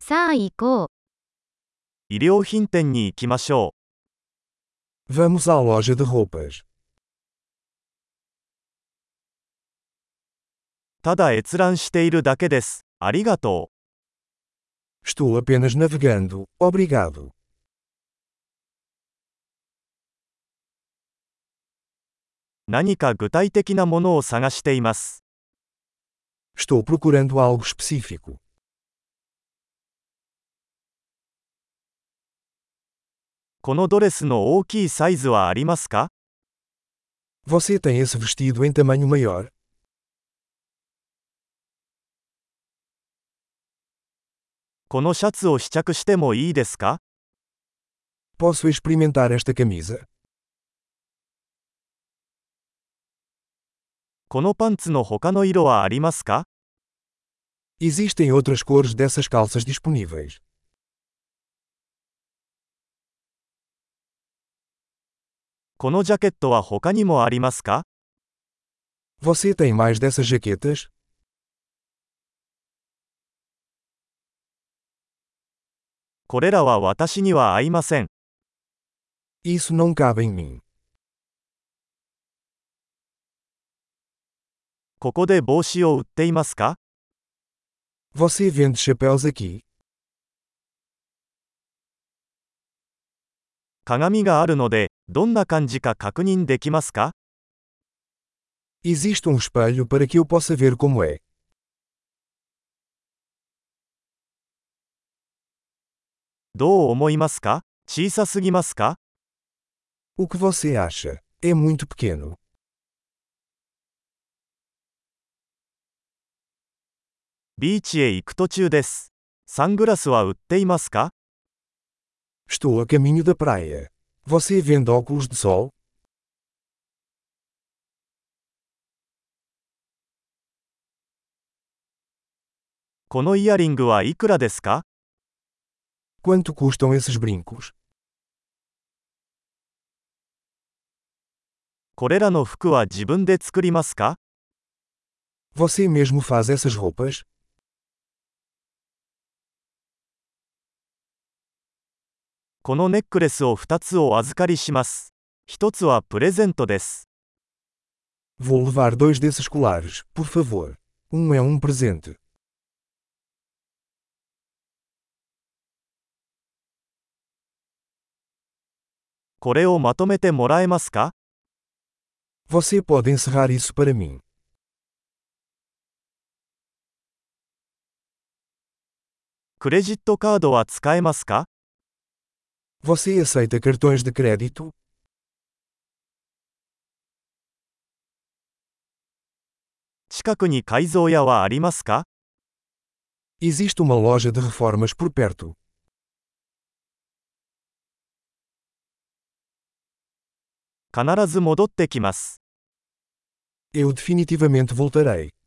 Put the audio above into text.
さあ行こう。衣料品店に行きましょ Vamos à loja de roupas. う。ただ閲覧しているだけです。ありがと Estou apenas navegando, obrigado. う。何か具体的なものを探しています。 Estou procurando algo específico. このドレスの大きいサイズはありますか Você tem esse vestido em tamanho maior? このシャツを試着してもいいですか Posso experimentar esta camisa? このパンツの他の色はありますか Existem outras cores dessas calças disponíveis. このジャケットは他にもありますか Você tem mais dessas jaquetas? これらは私には合いません。 Isso não cabe em mim. ここで帽子を売っていますか Você vende chapéus aqui? 鏡があるので、どんな感じか確認できますか Existe um espelho para que eu possa ver como é. どう思いますか小さすぎますか O que você acha? É muito pequeno. ビーチへ行く途中です。サングラスは売っていますか Estou a caminho da praia. Você vende óculos de sol? このイヤリングはいくらですか Quanto custam esses brincos? これらの服は自分で作りますか Você mesmo faz essas roupas? このネックレスを2つお預かりします。1つはプレゼントです。 Vou levar dois desses colares, por favor. Um é um presente. これをまとめてもらえますか Você pode encerrar isso para mim. クレジットカードは使えますか Você aceita cartões de crédito? 近くに改造屋はありますか Existe uma loja de reformas por perto. 必ず戻ってきます。 Eu definitivamente voltarei.